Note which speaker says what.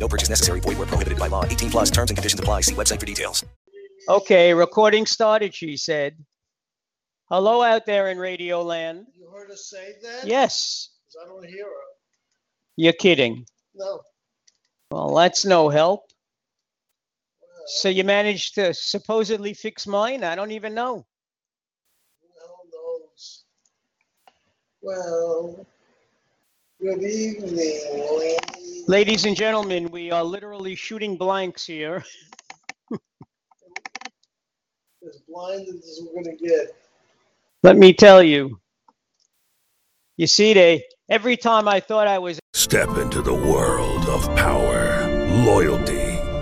Speaker 1: No purchase necessary. Void where prohibited by law. 18 plus terms and conditions apply. See website for details.
Speaker 2: Okay, recording started, she said. Hello out there in Radio Land.
Speaker 3: You heard us say that?
Speaker 2: Yes,
Speaker 3: 'Cause I don't hear her.
Speaker 2: you're kidding.
Speaker 3: No.
Speaker 2: Well, that's no help. So you managed to supposedly fix mine? I don't even know.
Speaker 3: Who the hell knows? Well, good evening, ladies.
Speaker 2: Ladies and gentlemen, we are literally shooting blanks here.
Speaker 3: As blind as we're gonna get.
Speaker 2: Let me tell you. You see, they every time I thought I was
Speaker 4: Step into the world of power, loyalty,